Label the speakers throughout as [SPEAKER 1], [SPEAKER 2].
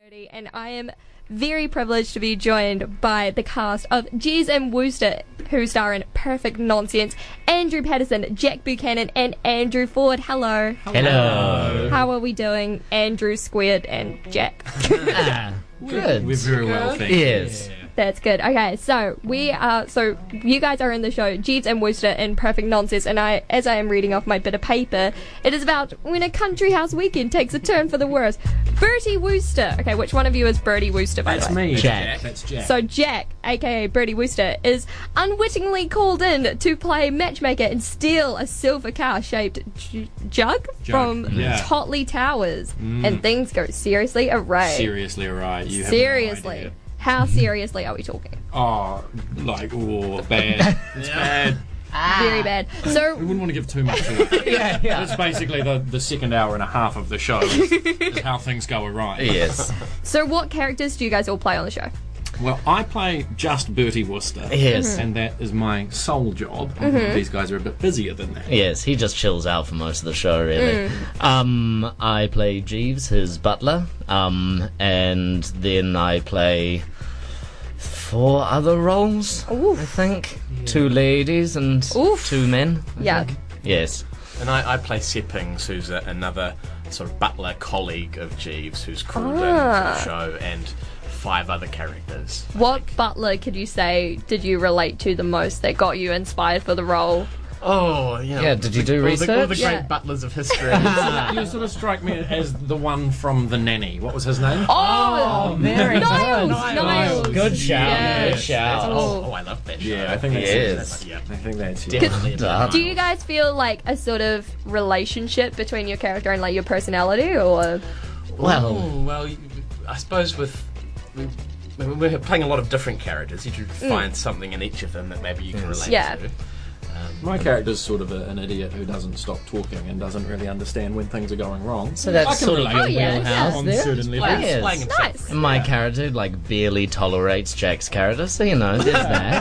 [SPEAKER 1] Brody, and I am very privileged to be joined by the cast of Jeez and Wooster, who star in Perfect Nonsense, Andrew Patterson, Jack Buchanan, and Andrew Ford. Hello.
[SPEAKER 2] Hello.
[SPEAKER 1] How are we doing, Andrew Squared and Jack?
[SPEAKER 2] Ah, good.
[SPEAKER 3] We're very well, thank
[SPEAKER 2] Yes.
[SPEAKER 3] you.
[SPEAKER 1] That's good. Okay, so we are. So you guys are in the show Jeeves and Wooster in Perfect Nonsense, and I, as I am reading off my bit of paper, it is about when a country house weekend takes a turn for the worse. Bertie Wooster. Okay, which one of you is Bertie Wooster? By
[SPEAKER 3] That's
[SPEAKER 1] the way?
[SPEAKER 3] me.
[SPEAKER 2] Jack.
[SPEAKER 3] That's Jack.
[SPEAKER 1] So Jack, aka Bertie Wooster, is unwittingly called in to play matchmaker and steal a silver car-shaped j- jug, from
[SPEAKER 3] yeah.
[SPEAKER 1] Totley Towers, and things go seriously awry.
[SPEAKER 3] seriously, right? You have no
[SPEAKER 1] seriously,
[SPEAKER 3] idea.
[SPEAKER 1] how seriously are we talking?
[SPEAKER 3] Oh, like oh, bad. It's bad.
[SPEAKER 1] Very bad. So
[SPEAKER 3] We wouldn't want to give too much. away.
[SPEAKER 2] Yeah, yeah.
[SPEAKER 3] That's basically the, the second hour and a half of the show is, is how things go awry.
[SPEAKER 2] Yes.
[SPEAKER 1] So, what characters do you guys all play on the show?
[SPEAKER 3] Well, I play just Bertie Wooster.
[SPEAKER 2] Yes.
[SPEAKER 3] And
[SPEAKER 1] Mm-hmm.
[SPEAKER 3] that is my sole job. These guys are a bit busier than that.
[SPEAKER 2] Yes, he just chills out for most of the show, really. Um, I play Jeeves, his butler, um, and then I play four other roles, I
[SPEAKER 1] Oof.
[SPEAKER 2] think. Two ladies and
[SPEAKER 1] Oof.
[SPEAKER 2] two men. I
[SPEAKER 1] Yeah.
[SPEAKER 2] think. Yes.
[SPEAKER 4] And I, I play Sippings, who's a, another sort of butler colleague of Jeeves, who's called
[SPEAKER 1] Ah.
[SPEAKER 4] in for the show, and five other characters.
[SPEAKER 1] What butler could you say did you relate to the most that got you inspired for the role?
[SPEAKER 4] Oh, you know,
[SPEAKER 2] Yeah, did you do
[SPEAKER 4] all the, all
[SPEAKER 2] research?
[SPEAKER 4] the great
[SPEAKER 1] Yeah.
[SPEAKER 4] butlers of history.
[SPEAKER 3] You sort of strike me as the one from The Nanny. What was his name?
[SPEAKER 1] Oh,
[SPEAKER 2] Mary.
[SPEAKER 1] Niles,
[SPEAKER 4] Niles.
[SPEAKER 1] Niles.
[SPEAKER 2] Good shout.
[SPEAKER 1] Yes.
[SPEAKER 2] Good shout.
[SPEAKER 4] oh, oh, I love that show.
[SPEAKER 3] Yeah, I think that's
[SPEAKER 2] Yes.
[SPEAKER 3] it. Yeah, I think that's it.
[SPEAKER 4] Definitely.
[SPEAKER 2] Done.
[SPEAKER 1] Do you guys feel like a sort of relationship between your character and like your personality, or
[SPEAKER 2] Well,
[SPEAKER 4] Oh, well, you- I suppose with. When we're playing a lot of different characters, you should find something in each of them that maybe you
[SPEAKER 2] Mm.
[SPEAKER 4] can relate
[SPEAKER 1] Mm. Yeah.
[SPEAKER 4] to.
[SPEAKER 3] My character's sort of a, an idiot who doesn't stop talking and doesn't really understand when things are going wrong.
[SPEAKER 2] so that's sort of your
[SPEAKER 1] Oh, yeah,
[SPEAKER 2] wheelhouse
[SPEAKER 1] yeah.
[SPEAKER 3] on
[SPEAKER 2] there.
[SPEAKER 3] certain
[SPEAKER 4] Playing-
[SPEAKER 3] levels.
[SPEAKER 2] Yes.
[SPEAKER 4] playing himself.
[SPEAKER 1] nice,
[SPEAKER 2] My character like barely tolerates Jack's character, so you know, there's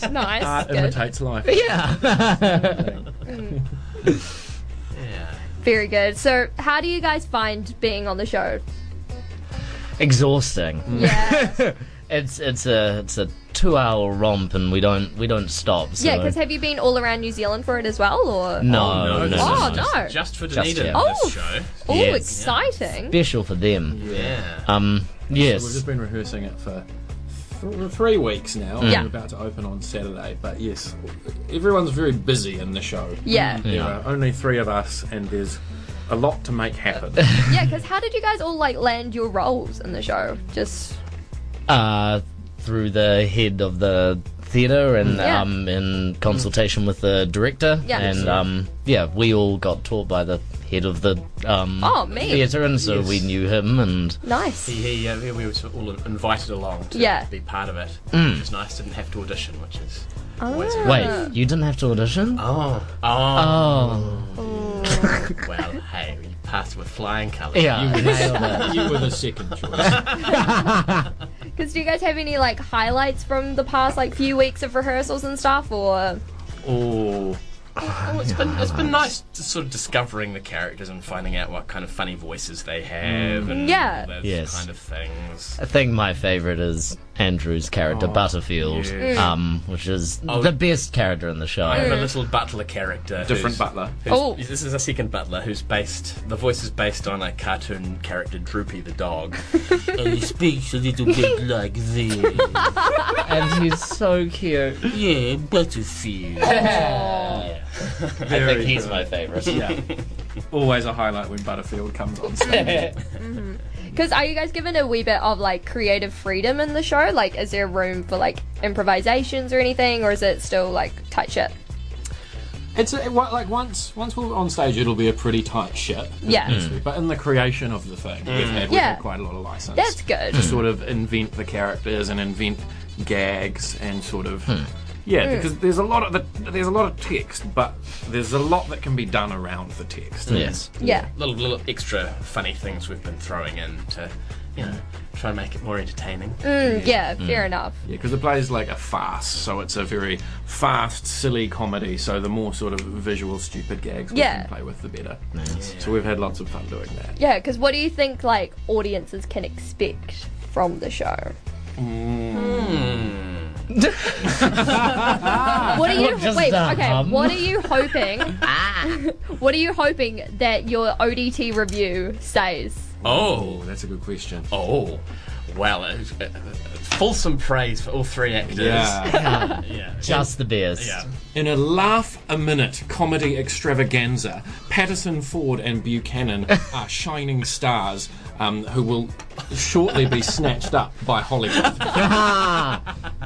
[SPEAKER 2] that.
[SPEAKER 1] nice,
[SPEAKER 3] Art
[SPEAKER 1] good,
[SPEAKER 3] imitates life.
[SPEAKER 2] yeah.
[SPEAKER 4] Yeah.
[SPEAKER 1] very good. So, how do you guys find being on the show?
[SPEAKER 2] Exhausting.
[SPEAKER 1] Mm. Yeah,
[SPEAKER 2] It's it's a it's a two hour romp and we don't we don't stop. So.
[SPEAKER 1] yeah. Because have you been all around New Zealand for it as well, or
[SPEAKER 2] no,
[SPEAKER 4] Oh,
[SPEAKER 2] no,
[SPEAKER 4] this
[SPEAKER 2] no,
[SPEAKER 1] Oh,
[SPEAKER 4] is
[SPEAKER 2] no.
[SPEAKER 4] just,
[SPEAKER 1] no.
[SPEAKER 4] Just for
[SPEAKER 2] Just
[SPEAKER 4] Dunedin,
[SPEAKER 2] yet.
[SPEAKER 1] Oh.
[SPEAKER 4] this show.
[SPEAKER 1] oh,
[SPEAKER 2] Yes.
[SPEAKER 1] exciting?
[SPEAKER 2] special for them.
[SPEAKER 4] Yeah.
[SPEAKER 2] Um,
[SPEAKER 3] We've
[SPEAKER 2] yes,
[SPEAKER 3] just been rehearsing it for th- three weeks now.
[SPEAKER 1] Yeah.
[SPEAKER 3] We're about to open on Saturday, but yes, everyone's very busy in the show.
[SPEAKER 1] Yeah,
[SPEAKER 3] There are only three of us, and there's a lot to make happen.
[SPEAKER 1] yeah. Because how did you guys all like land your roles in the show? Just
[SPEAKER 2] uh, through the head of the theatre and
[SPEAKER 1] Mm. Yeah.
[SPEAKER 2] um in consultation with the director
[SPEAKER 1] Yeah.
[SPEAKER 2] and um yeah we all got taught by the head of the um
[SPEAKER 1] Oh, me.
[SPEAKER 2] theatre and so we knew him and
[SPEAKER 1] nice.
[SPEAKER 4] He, he, uh, we were sort of all invited along to
[SPEAKER 1] Yeah.
[SPEAKER 4] be part of it, which is nice. Didn't have to audition, which is always
[SPEAKER 1] Ah.
[SPEAKER 2] wait you didn't have to audition
[SPEAKER 4] oh oh,
[SPEAKER 1] Uh.
[SPEAKER 2] oh
[SPEAKER 4] well. Hey, you passed with flying colours.
[SPEAKER 2] yeah nailed it.
[SPEAKER 3] you were the second choice.
[SPEAKER 1] Because do you guys have any like highlights from the past like few weeks of rehearsals and stuff, or
[SPEAKER 3] Oh,
[SPEAKER 4] Oh, it's been it's been nice to sort of discovering the characters and finding out what kind of funny voices they have and
[SPEAKER 1] Yeah. Uh,
[SPEAKER 4] all those
[SPEAKER 2] Yes.
[SPEAKER 4] kind of things.
[SPEAKER 2] I think my favourite is Andrew's character
[SPEAKER 3] Oh,
[SPEAKER 2] Butterfield,
[SPEAKER 4] yes.
[SPEAKER 2] um, which is
[SPEAKER 4] Oh.
[SPEAKER 2] the best character in the
[SPEAKER 4] I
[SPEAKER 2] show.
[SPEAKER 4] have a little butler character.
[SPEAKER 3] different
[SPEAKER 4] who's-
[SPEAKER 3] butler.
[SPEAKER 4] who's-
[SPEAKER 1] Oh.
[SPEAKER 4] This is a second butler who's based. The voice is based on a cartoon character, Droopy the dog.
[SPEAKER 5] and he speaks a little bit like this.
[SPEAKER 2] and he's so cute.
[SPEAKER 5] Yeah, Butterfield.
[SPEAKER 2] I think he's my favourite.
[SPEAKER 3] Yeah. Always a highlight when Butterfield comes on stage.
[SPEAKER 1] because are you guys given a wee bit of like creative freedom in the show? Like, is there room for like improvisations or anything, or is it still like tight ship?
[SPEAKER 3] It's a, it, wa- like once once we're on stage, it'll be a pretty tight ship.
[SPEAKER 1] Yeah.
[SPEAKER 3] But in the creation of the thing, we've had we've
[SPEAKER 1] Yeah.
[SPEAKER 3] had quite a lot of license.
[SPEAKER 1] That's good.
[SPEAKER 3] to sort of invent the characters and invent gags and sort of yeah
[SPEAKER 1] Mm.
[SPEAKER 3] because there's a lot of the, there's a lot of text but there's a lot that can be done around the text
[SPEAKER 2] Yes.
[SPEAKER 1] Yeah.
[SPEAKER 4] little little extra funny things we've been throwing in to you know try and make it more entertaining.
[SPEAKER 1] Mm, yeah, fair enough.
[SPEAKER 3] yeah because the play is like a farce so it's a very fast silly comedy so the more sort of visual stupid gags we
[SPEAKER 1] Yeah.
[SPEAKER 3] can play with the better so we've had lots of fun doing that
[SPEAKER 1] Yeah, because what do you think like audiences can expect from the show? what are you
[SPEAKER 2] Just
[SPEAKER 1] wait?
[SPEAKER 2] that,
[SPEAKER 1] okay,
[SPEAKER 2] um.
[SPEAKER 1] what are you hoping? what are you hoping that your ODT review says?
[SPEAKER 4] Oh,
[SPEAKER 3] Oh, that's a good question.
[SPEAKER 4] oh. Well, uh, uh, fulsome praise for all three actors.
[SPEAKER 3] Yeah.
[SPEAKER 4] yeah.
[SPEAKER 2] Just the best.
[SPEAKER 4] Yeah.
[SPEAKER 3] In a laugh a minute comedy extravaganza, Patterson Ford and Buchanan are shining stars um, who will shortly be snatched up by Hollywood.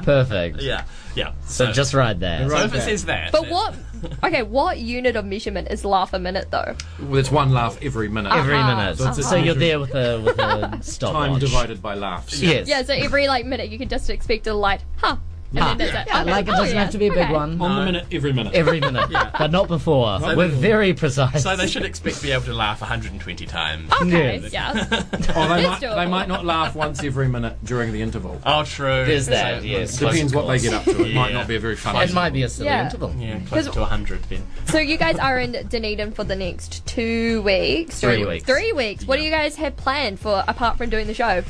[SPEAKER 2] Perfect.
[SPEAKER 4] Yeah. Yeah.
[SPEAKER 2] So just right there.
[SPEAKER 4] so if it
[SPEAKER 3] there.
[SPEAKER 4] says that.
[SPEAKER 1] But
[SPEAKER 4] then-
[SPEAKER 1] what? Okay, what unit of measurement is laugh a minute though?
[SPEAKER 3] There's one laugh every minute.
[SPEAKER 2] Every
[SPEAKER 1] Ah,
[SPEAKER 2] minute.
[SPEAKER 3] So it's a
[SPEAKER 2] So you're
[SPEAKER 3] measure-
[SPEAKER 2] there with a with a stopwatch.
[SPEAKER 3] time divided by laughs.
[SPEAKER 2] Yes.
[SPEAKER 1] Yeah, so every like minute you could just expect a light, huh? And
[SPEAKER 2] Ah,
[SPEAKER 1] then that's it.
[SPEAKER 2] yeah,
[SPEAKER 1] Okay,
[SPEAKER 2] like it
[SPEAKER 1] oh,
[SPEAKER 2] doesn't
[SPEAKER 1] yeah,
[SPEAKER 2] have to be a big
[SPEAKER 1] okay.
[SPEAKER 2] one.
[SPEAKER 3] On the minute, every minute.
[SPEAKER 2] Every minute, but not before. We're very precise.
[SPEAKER 4] So they should expect to be able to laugh 120 times.
[SPEAKER 1] Okay,
[SPEAKER 2] Yes.
[SPEAKER 1] yeah.
[SPEAKER 3] or they might,
[SPEAKER 1] That's doable.
[SPEAKER 3] they might not laugh once every minute during the interval.
[SPEAKER 4] Oh, true.
[SPEAKER 2] There's that,
[SPEAKER 4] So-
[SPEAKER 2] yes. Close
[SPEAKER 3] Depends what they
[SPEAKER 2] calls.
[SPEAKER 3] get up to. It might
[SPEAKER 4] Yeah.
[SPEAKER 3] not be a very fun
[SPEAKER 2] It might be a silly
[SPEAKER 1] Yeah.
[SPEAKER 2] interval.
[SPEAKER 4] Yeah, close to 100 then.
[SPEAKER 1] So you guys are in Dunedin for the next two weeks,
[SPEAKER 2] Three weeks.
[SPEAKER 1] three weeks. What do you guys have planned for apart from doing the show?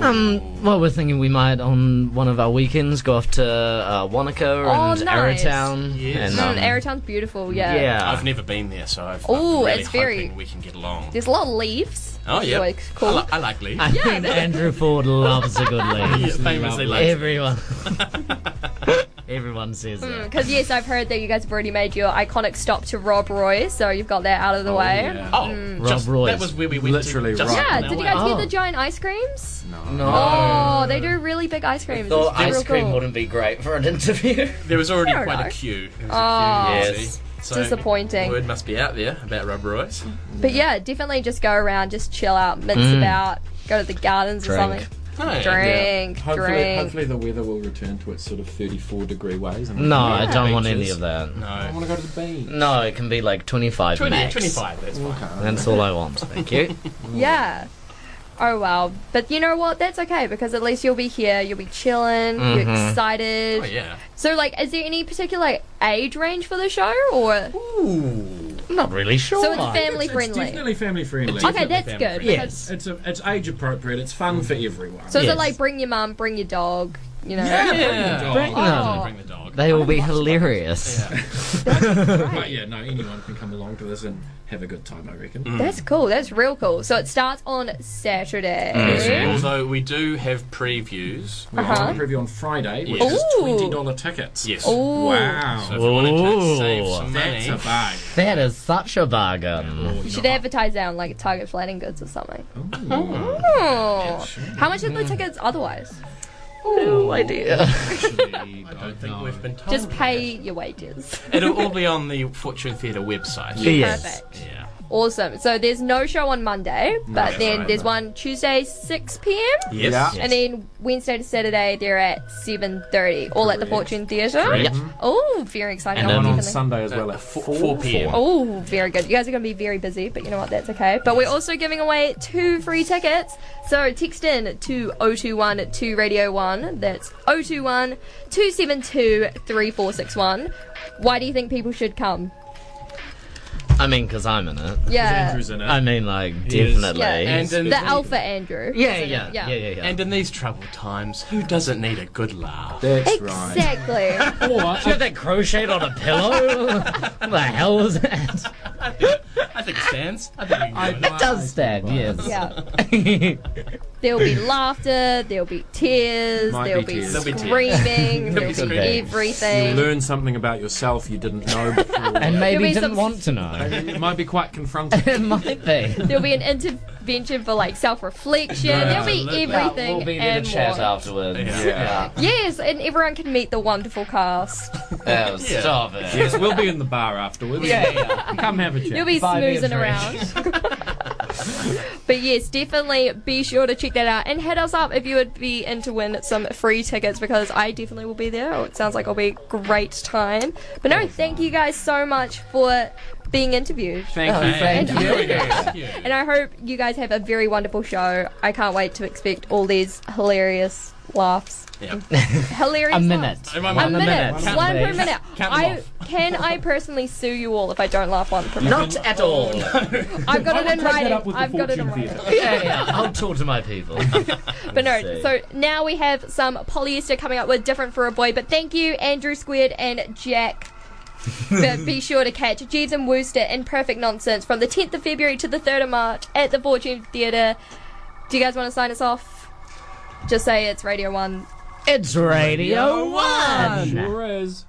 [SPEAKER 2] Um, well, we're thinking we might on one of our weekends go off to uh, Wanaka
[SPEAKER 1] Oh,
[SPEAKER 2] and
[SPEAKER 1] nice.
[SPEAKER 2] Arrowtown.
[SPEAKER 4] Yes.
[SPEAKER 2] And,
[SPEAKER 1] Mm,
[SPEAKER 2] um,
[SPEAKER 1] Arrowtown's beautiful. Yeah.
[SPEAKER 2] yeah.
[SPEAKER 4] I've never been there, so I've,
[SPEAKER 1] Ooh,
[SPEAKER 4] I'm really
[SPEAKER 1] it's very-
[SPEAKER 4] hoping we can get along.
[SPEAKER 1] There's a lot of leaves.
[SPEAKER 4] Oh,
[SPEAKER 1] which
[SPEAKER 4] yeah.
[SPEAKER 1] are, like, cool.
[SPEAKER 4] I, li- I like Lee.
[SPEAKER 2] I think Andrew Ford loves a good lead.
[SPEAKER 4] famously likes
[SPEAKER 2] Everyone. Everyone says that.
[SPEAKER 1] Because yes, I've heard that you guys have already made your iconic stop to Rob Roy, so you've got that out of the way.
[SPEAKER 3] Yeah.
[SPEAKER 4] Oh, just,
[SPEAKER 2] Rob Royce.
[SPEAKER 4] that was where we went
[SPEAKER 3] Literally
[SPEAKER 4] to. Just
[SPEAKER 3] right.
[SPEAKER 1] Mm. Yeah,
[SPEAKER 4] now.
[SPEAKER 1] did you guys
[SPEAKER 2] Oh.
[SPEAKER 1] get the giant ice creams?
[SPEAKER 2] No.
[SPEAKER 1] Oh, they do really big ice creams.
[SPEAKER 2] Thought
[SPEAKER 1] It's real
[SPEAKER 2] ice cream
[SPEAKER 1] cool.
[SPEAKER 2] wouldn't be great for an interview.
[SPEAKER 4] There was already
[SPEAKER 1] Fair
[SPEAKER 4] quite a
[SPEAKER 1] enough.
[SPEAKER 4] queue. There was
[SPEAKER 1] Oh.
[SPEAKER 4] a queue,
[SPEAKER 2] Yes.
[SPEAKER 4] see.
[SPEAKER 1] Disappointing. Oh,
[SPEAKER 4] Word must be out there about Rob Royce.
[SPEAKER 1] But yeah, definitely just go around, just chill out, mince about, go to the gardens or
[SPEAKER 2] Drink.
[SPEAKER 1] something.
[SPEAKER 4] Oh, yeah.
[SPEAKER 1] Drink,
[SPEAKER 3] Hopefully,
[SPEAKER 1] drink.
[SPEAKER 3] hopefully the weather will return to its sort of 34 degree ways. And
[SPEAKER 2] No, I don't want
[SPEAKER 4] Beaches.
[SPEAKER 2] any of that.
[SPEAKER 3] I
[SPEAKER 4] No.
[SPEAKER 3] want to go to the beach.
[SPEAKER 2] No, it can be like 25
[SPEAKER 4] 20,
[SPEAKER 2] max.
[SPEAKER 4] 25, that's fine.
[SPEAKER 2] That's all I want. Thank you.
[SPEAKER 1] Yeah. Oh well, but you know what? That's okay because at least you'll be here. You'll be chilling. You're excited.
[SPEAKER 4] Oh, yeah.
[SPEAKER 1] So, like, is there any particular age range for the show, or
[SPEAKER 4] Ooh.
[SPEAKER 2] I'm not really sure.
[SPEAKER 1] so it's family
[SPEAKER 3] It's
[SPEAKER 1] friendly?
[SPEAKER 3] definitely family friendly.
[SPEAKER 1] okay, that's
[SPEAKER 4] family
[SPEAKER 1] good.
[SPEAKER 4] friendly.
[SPEAKER 1] because-
[SPEAKER 2] yes.
[SPEAKER 3] It's a, it's age appropriate. It's fun for everyone.
[SPEAKER 1] So is
[SPEAKER 2] Yes.
[SPEAKER 1] it like bring your mum, bring your dog? You know.
[SPEAKER 4] Yeah.
[SPEAKER 3] Bring
[SPEAKER 2] them.
[SPEAKER 1] Oh.
[SPEAKER 4] Bring the dog.
[SPEAKER 2] They will be hilarious.
[SPEAKER 3] But yeah, no, anyone can come along to this and have a good time. I reckon.
[SPEAKER 1] That's cool. That's real cool. So it starts on Saturday.
[SPEAKER 4] Although we do have previews.
[SPEAKER 3] We have a preview on Friday, which
[SPEAKER 4] Yes.
[SPEAKER 3] is
[SPEAKER 1] Ooh.
[SPEAKER 3] twenty dollar tickets.
[SPEAKER 4] Yes.
[SPEAKER 1] Ooh.
[SPEAKER 3] Wow.
[SPEAKER 4] So if you wanted to save
[SPEAKER 2] Ooh.
[SPEAKER 4] some
[SPEAKER 3] that's
[SPEAKER 4] money.
[SPEAKER 3] a bag.
[SPEAKER 2] That is such a bargain.
[SPEAKER 1] Should advertise that on like Target Flatting Goods or something. Oh. How much are the tickets otherwise?
[SPEAKER 2] No idea.
[SPEAKER 4] I don't think we've been told.
[SPEAKER 1] Just pay your wages.
[SPEAKER 4] It'll all be on the Fortune Theatre website.
[SPEAKER 2] Yes.
[SPEAKER 1] Perfect.
[SPEAKER 4] Yeah.
[SPEAKER 1] Awesome. So there's no show on Monday, but then
[SPEAKER 3] right,
[SPEAKER 1] there's one Tuesday 6 p.m.
[SPEAKER 4] Yes.
[SPEAKER 3] Yeah.
[SPEAKER 2] Mm.
[SPEAKER 1] And then Wednesday to Saturday they're at 7:30, all at the
[SPEAKER 3] Correct.
[SPEAKER 1] Fortune Theatre.
[SPEAKER 2] Yep.
[SPEAKER 1] Oh, very exciting.
[SPEAKER 2] And
[SPEAKER 1] I
[SPEAKER 2] then
[SPEAKER 3] And
[SPEAKER 1] want
[SPEAKER 3] on
[SPEAKER 1] to go.
[SPEAKER 3] Sunday as well at
[SPEAKER 4] Four-
[SPEAKER 3] four,
[SPEAKER 4] four PM.
[SPEAKER 1] Oh, very good. You guys are going to be very busy, but you know what? That's okay. But we're also giving away two free tickets. So oh text in to 021 2 Radio 1. That's 021 272 3461. Why do you think people should come?
[SPEAKER 2] I mean, because I'm in it.
[SPEAKER 1] Yeah.
[SPEAKER 3] Andrew's in it.
[SPEAKER 2] I mean, like,
[SPEAKER 3] Yes.
[SPEAKER 2] definitely.
[SPEAKER 1] Yeah.
[SPEAKER 4] And in,
[SPEAKER 1] The Alpha Andrew.
[SPEAKER 2] yeah,
[SPEAKER 1] isn't
[SPEAKER 2] yeah,
[SPEAKER 1] it?
[SPEAKER 2] yeah, yeah, yeah.
[SPEAKER 4] and in these troubled times, who doesn't need a good laugh?
[SPEAKER 3] That's right. uh,
[SPEAKER 1] Exactly.
[SPEAKER 2] you have that crocheted on a pillow? what the hell was that?
[SPEAKER 4] I think it stands. I think we can do it.
[SPEAKER 2] It does stand, yes.
[SPEAKER 1] yeah. There'll be laughter, there'll be tears,
[SPEAKER 3] Might
[SPEAKER 1] there'll
[SPEAKER 3] be
[SPEAKER 1] be,
[SPEAKER 3] tears.
[SPEAKER 4] There'll be tears.
[SPEAKER 1] screaming,
[SPEAKER 4] be
[SPEAKER 1] there'll be
[SPEAKER 2] screaming.
[SPEAKER 1] everything.
[SPEAKER 3] Learn something about yourself you didn't know before.
[SPEAKER 2] and
[SPEAKER 1] There'll
[SPEAKER 2] maybe
[SPEAKER 1] be
[SPEAKER 2] didn't
[SPEAKER 1] some-
[SPEAKER 2] want to know.
[SPEAKER 3] it might be quite confronting.
[SPEAKER 2] it might be.
[SPEAKER 1] There'll be an intervention for like self reflection. There'll be
[SPEAKER 4] Absolutely.
[SPEAKER 1] everything.
[SPEAKER 2] we'll be there
[SPEAKER 1] and
[SPEAKER 2] to chat
[SPEAKER 1] more.
[SPEAKER 2] afterwards.
[SPEAKER 4] Yeah.
[SPEAKER 2] Yeah.
[SPEAKER 1] Yes, and everyone can meet the wonderful cast.
[SPEAKER 2] Oh, stop it.
[SPEAKER 3] yes, we'll be in the bar afterwards.
[SPEAKER 2] Yeah, yeah.
[SPEAKER 3] Come have a chat.
[SPEAKER 1] You'll be
[SPEAKER 2] Buy me a
[SPEAKER 1] snoozing
[SPEAKER 2] drink.
[SPEAKER 1] around. but yes, definitely be sure to check that out and hit us up if you would be in to win some free tickets because I definitely Oh, will be there. It sounds like it'll be a great time. But no, thank you guys so much for being interviewed.
[SPEAKER 3] Thank
[SPEAKER 2] Oh,
[SPEAKER 3] you.
[SPEAKER 2] thank
[SPEAKER 1] you.
[SPEAKER 3] There we go.
[SPEAKER 1] And I hope you guys have a very wonderful show. I can't wait to expect all these hilarious laughs.
[SPEAKER 4] Yeah.
[SPEAKER 1] Hilarious.
[SPEAKER 2] A
[SPEAKER 1] laughs.
[SPEAKER 2] minute.
[SPEAKER 4] One
[SPEAKER 1] A
[SPEAKER 4] a
[SPEAKER 1] minute.
[SPEAKER 2] minute.
[SPEAKER 1] One per
[SPEAKER 2] Please.
[SPEAKER 1] minute.
[SPEAKER 4] Count them
[SPEAKER 1] I can I personally sue you all if I don't laugh one per minute.
[SPEAKER 2] Not at all.
[SPEAKER 1] I've got it in
[SPEAKER 3] Take that
[SPEAKER 1] writing.
[SPEAKER 3] up with the
[SPEAKER 1] I've got it in
[SPEAKER 3] Fortune
[SPEAKER 1] writing.
[SPEAKER 3] Theatre.
[SPEAKER 2] yeah, yeah. I'll talk to my people.
[SPEAKER 1] But no,
[SPEAKER 2] see.
[SPEAKER 1] so now we have some polyester coming up with different for a boy. But thank you, Andrew Squid and Jack. but be sure to catch Jeeves and Wooster in Perfect Nonsense from the 10th of February to the 3rd of March at the Fortune Theatre. Do you guys want to sign us off? Just say it's Radio 1.
[SPEAKER 2] It's Radio One.
[SPEAKER 3] Sure is.